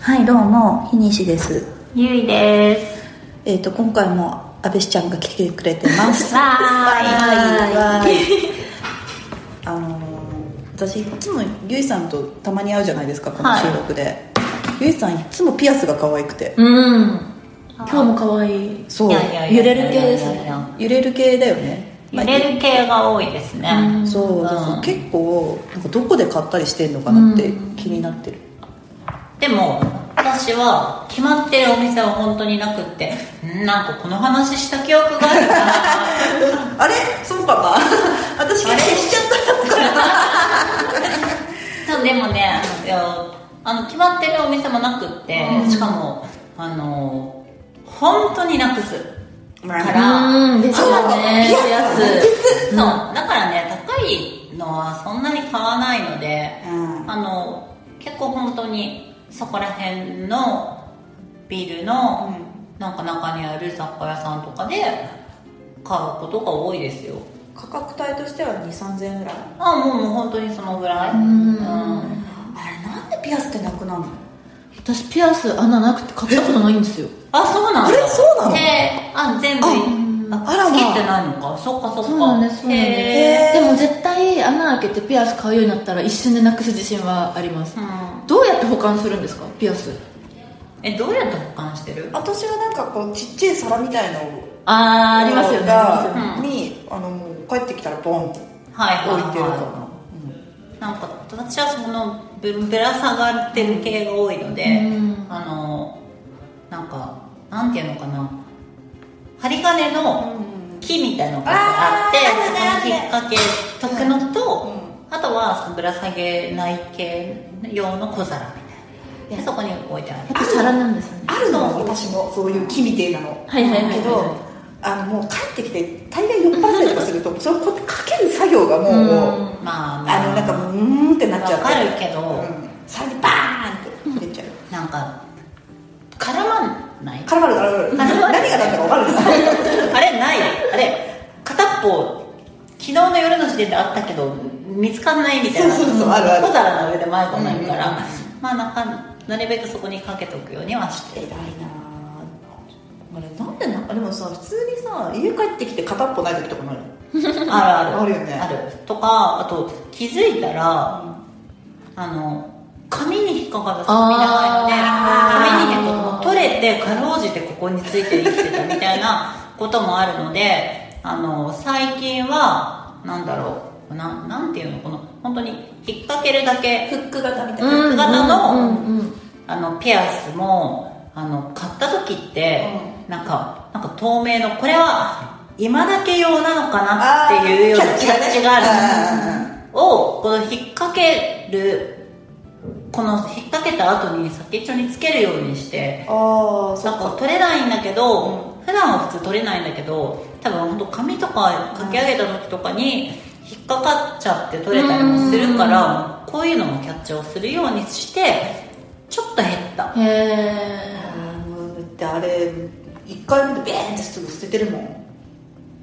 はい、ローの日西です。ゆいでえっ、と、今回も安倍氏ちゃんが来てくれてますす。わわーいーい。 あのー私いつもゆいさんとたまに会うじゃないですか、この収録で。ゆいさんいつもピアスが可愛くて。うん今日も可愛いそう。揺れる系ですね揺れる系だよね。まあ揺れる系が多いですね、うんそう、うんだから結構なんかどこで買ったりしてんのかなって気になってる、でも私は決まってるお店は本当になくってんなんかこの話した記憶があるかあれそうかな私が消しちゃったのかな なでもねいやあの決まってるお店もなくって、しかもあの本当になくすから、うんですよねそうピアそうだからね高いのはそんなに買わないので、うんあの結構本当にそこら辺のビルの、なんか中にある雑貨屋さんとかで買うことが多いですよ価格帯としては2 3 0 0円ぐらいあもうもう本当にそのぐらい、うんんあれなんでピアスってなくなるの私ピアス穴なくて買ったことないんですよあそうなんだあれそうなのへえあ全部ああらまつけてないのかそっかそっかそうなんですそうなんへでへーすでも絶対穴開けてピアス買うようになったら一瞬でなくす自信はありますえうんどうやって保管するんですかピアスえどうやって保管してる私がなんかこうちっちゃい皿みたいなのをあーありますよねありますよねよねがにあのもう帰ってきたらボンってはいはい、はい、置いてるかななんか私はそのぶぶら下がってる系が多いので、うんあのなんかなんていうのかな針金の木みたいなのがあって、あーそこに引っ掛けとくのと、うんあとはそのぶら下げない系用の小皿みたいなでそこに置いてあるやっぱ皿なんですねあるの私もそういう木みてえなのはいはいはいはいけどあのもう帰ってきて大概酔っ払ったりとかするとそれこうやってかける作業がもうもうまああのなんかもううーんってなっちゃわってかるけど、うんそれでバーンって出ちゃうなんか絡まない絡まる絡まる何が何だか分かるんですよ あれないあれ片っぽ昨日の夜の時点であったけど見つかんないみたいなそうそうそうあるある小皿の上で迷子になるから、うんうんうんまあなんかなるべくそこにかけとくようにはして偉いなああれなんでなでもさ普通にさ家帰ってきて片っぽない時とかないあるあるあるよねあるとかあと気づいたら、あの紙に引っかかった作品じゃないので紙に引っかかった取れてかろうじてここについて生きてたみた いなこともあるのであの最近はなんだろうななんていうのこの本当に引っ掛けるだけフック型みたいな、うんうん型のうんうんあのピアスもあの買った時って、なんかなんか透明のこれは今だけ用なのかなっていうようなあーキキャャッッチチががねあるをこの引っ掛けるこの引っ掛けた後に先っちょにつけるようにしてああそなんっかか取れないんだけど、普段は普通取れないんだけど多分本当紙とかかき上げた時とかに引っかかっちゃって取れたりもするからこういうのもキャッチをするようにしてちょっと減ったへえあーもうだってあれ一回目でベーンってすぐ捨ててるもん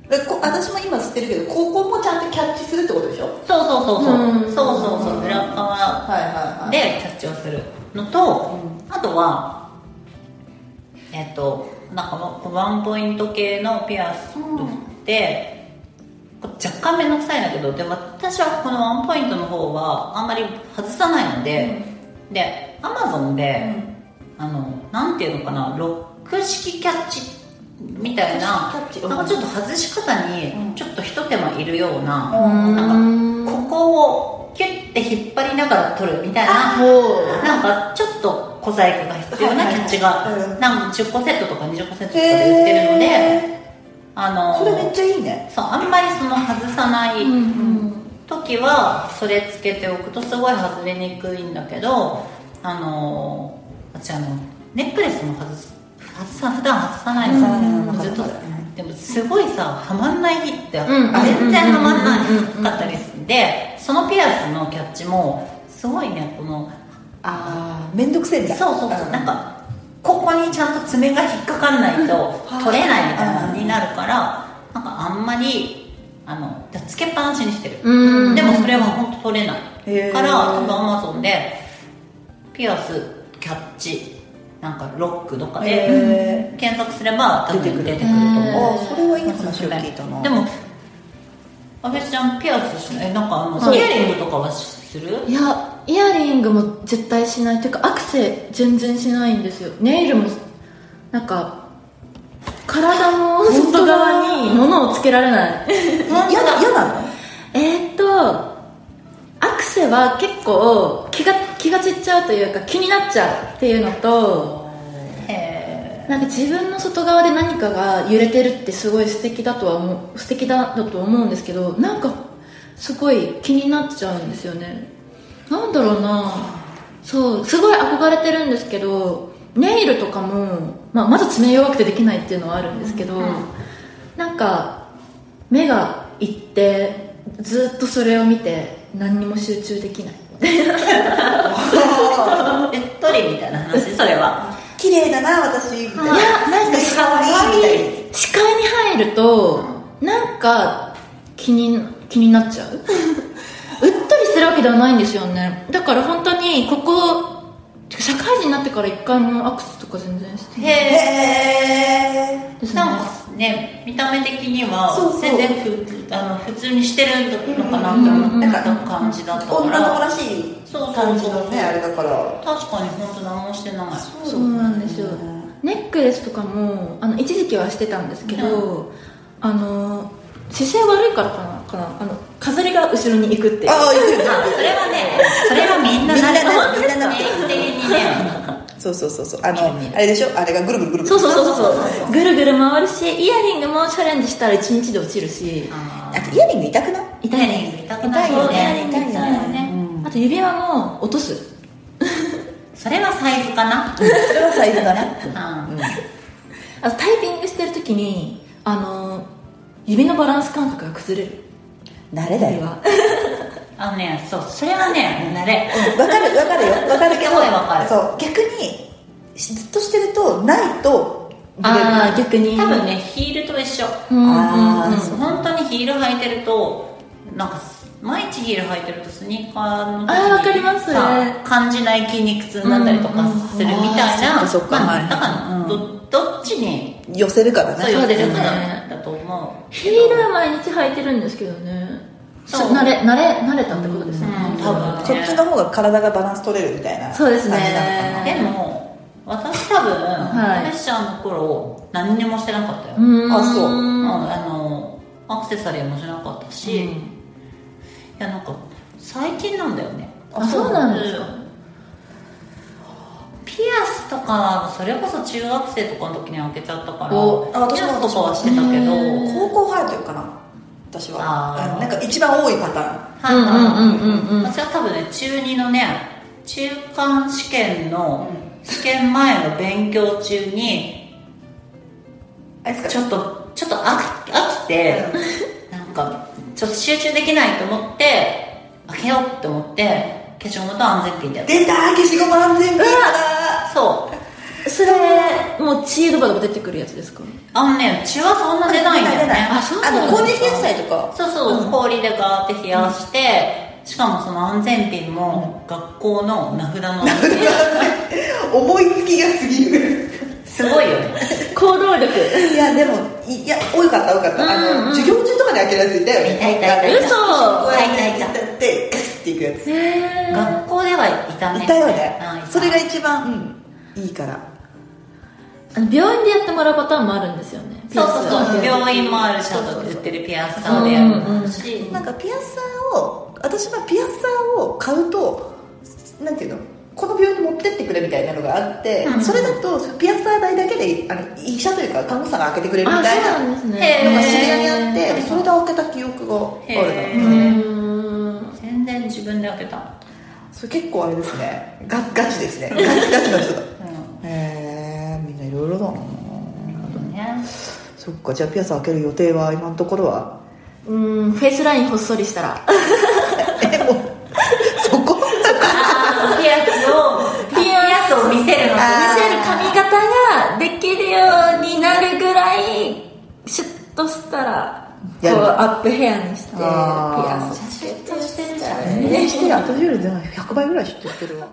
えこ私も今捨てるけどここもちゃんとキャッチするってことでしょそうそうそうそう、うんそうそうそう裏側はいはでキャッチをするのと、あとはえっとなんかもうワンポイント系のピアスで、これ若干面倒くさいんだけどで私はこのワンポイントの方はあんまり外さないので、でアマゾンで、あのなんていうのかなロック式キャッチみたいなロック式キャッチうんなんかちょっと外し方にちょっとひと手間いるような、うんなんかここをキュッて引っ張りながら取るみたいななんかちょっと小細工が必要なキャッチがはいはいはいうんなんか10個セットとか20個セットとかで売ってるのでへあーのそれめっちゃいいねそうあんまりその外さないうんうん時はそれつけておくとすごい外れにくいんだけどあの私あのネックレスも外す外さ普段外さない外さないの外さずっさとないでもすごいさはまんない日ってあってうん全然はまんないかったりするんでそのピアスのキャッチもすごいねこのああ面倒くせえんそだうそうそうなんかここにちゃんと爪が引っかかんないとうん取れないみたいなのうんになるからなんかあんまりあのつけっぱなしにしてるうんでもそれは本当取れなへいーから多分アマゾンでピアスキャッチなんかロックとかでえ検索すれば多分出てくるとー、思うあそれはいい話を聞いたなでも安倍ちゃんピアスしないえなんかあそのうイヤリングとかはするいやイヤリングも絶対しないというかアクセ全然しないんですよネイルもなんか体の外側に物をつけられない嫌な嫌なのえーっとアクセは結構気が気が散っちゃうというか気になっちゃうっていうのとへなんか自分の外側で何かが揺れてるってすごい素敵だとは思う素敵だだと思うんですけどなんかすごい気になっちゃうんですよねなんだろうなそうすごい憧れてるんですけどネイルとかも、まあ、まず爪弱くてできないっていうのはあるんですけど、うんうんなんか目がいってずっとそれを見て何にも集中できないえっとりみたいな話それは綺麗だな私みたいいなやなんか視界みたいな視界に入るとなんか気に気になっち ゃううっとりしてるわけではないんですよねだから本当にここてか社会人になってから一回もアクセとか全然してへないえへですねなんかね見た目的にはそうそう全然ふあの普通にしてるのかなって思った感じだったーか女の子ららしいそうそうそう感じのねあれだから確かに本当何もしてないそうなんですよねネックレスとかもあの一時期はしてたんですけど、あの姿勢悪いからかなかなあの飾りが後ろに行くっていうああ言ってあそれはねそれはみんなみんななるみんなな定期的にねそうそうそうそうあのあれでしょあれがぐるぐるぐるぐそるうそうそうそうそうぐるぐる回るしイヤリングもチャレンジしたら1日で落ちるしああとイヤリング痛くないイタリング痛くな痛いいよよねね痛いよよねうんあと指輪も落とすそれはサイズかなそれはサイズだなうんあとタイピングしてる時にあの指のバランス感覚が崩れる慣れだ指よ輪あのねそうそれはね慣れわかるわかるよわかるけどすごいわかるそう逆にしずっとしてるとないとブレるああ逆に多分ねヒールと一緒うんうんうんあーそう本当にヒール履いてるとなんか毎日ヒール履いてるとスニーカーの時にあーわかりますさ感じない筋肉痛になったりとかするみたいな、うんうんあーそっかそっかまはいあ、だからど,、どっちに寄せるからそうね寄せるかそうですねだと思うヒールは毎日履いてるんですけどねそうそう慣れ慣れ慣れたってことですね、うん多多分そっちの方が体がバランス取れるみたいなそうですね感じなのかなでも私多分、はいプレッシャーの頃何にもしてなかったよ、うんあそううんんあのアクセサリーもしなかったし、いやなんか最近なんだよねあそうなんですかピアスとかはそれこそ中学生とかの時に開けちゃったからおあ私もピアスとかはしてたけど私も高校生えてるかな私あはーなんか一番多いパターンはいはいうんうんうんうんうん私は多分ね中2のね中間試験の試験前の勉強中にあれですかちょっとちょっと飽き飽きてなんかちょっと集中できないと思って開けようって思って化粧元安全ピンでやった出たー消しゴム安全ピンだそうそれもうチードバとか出てくるやつですかあのね血はそんな出ないんだよねあそうあなんだのコーディネートしたりとかそうそう、氷でガーって冷やして、しかもその安全ピンも学校の名札の思いつきがすぎるすごいよね行動力いやでもいいや多かった多かった、うんあうのん授業中とかに開けるやついたよねいたいたいたなんか嘘こうやっいたていたいたやってガスっていくやつへえ学校ではいたねいたよねうんそれが一番、うんいいからあの病院でやってもらうパターンもあるんですよねそうそうピアスそうは病院もあるしあと売ってるピアスターでやるのもあるし、なんかピアッサーを私はピアッサーを買うとなんていうのこの病院に持ってってくれみたいなのがあって、うんそれだとピアッサー代だけであの医者というか看護師さんが開けてくれるみたいあそなうなんですねへーのが渋谷にあっへてそれで開けた記憶があへるーのーうん全然自分で開けた、それ結構あれですねガガチですねガチガチの人だうん、へえみんないろいろだなあとねそっかじゃあピアス開ける予定は今のところはうんフェイスラインほっそりしたらえもうそこあーピアスをピアスを見せるのあー見せる髪型ができるようになるぐらいシュッとしたらこうやるアップヘアにしてピあーアス写真としてるじゃん全然してる私より全然100倍ぐらい知ってるわ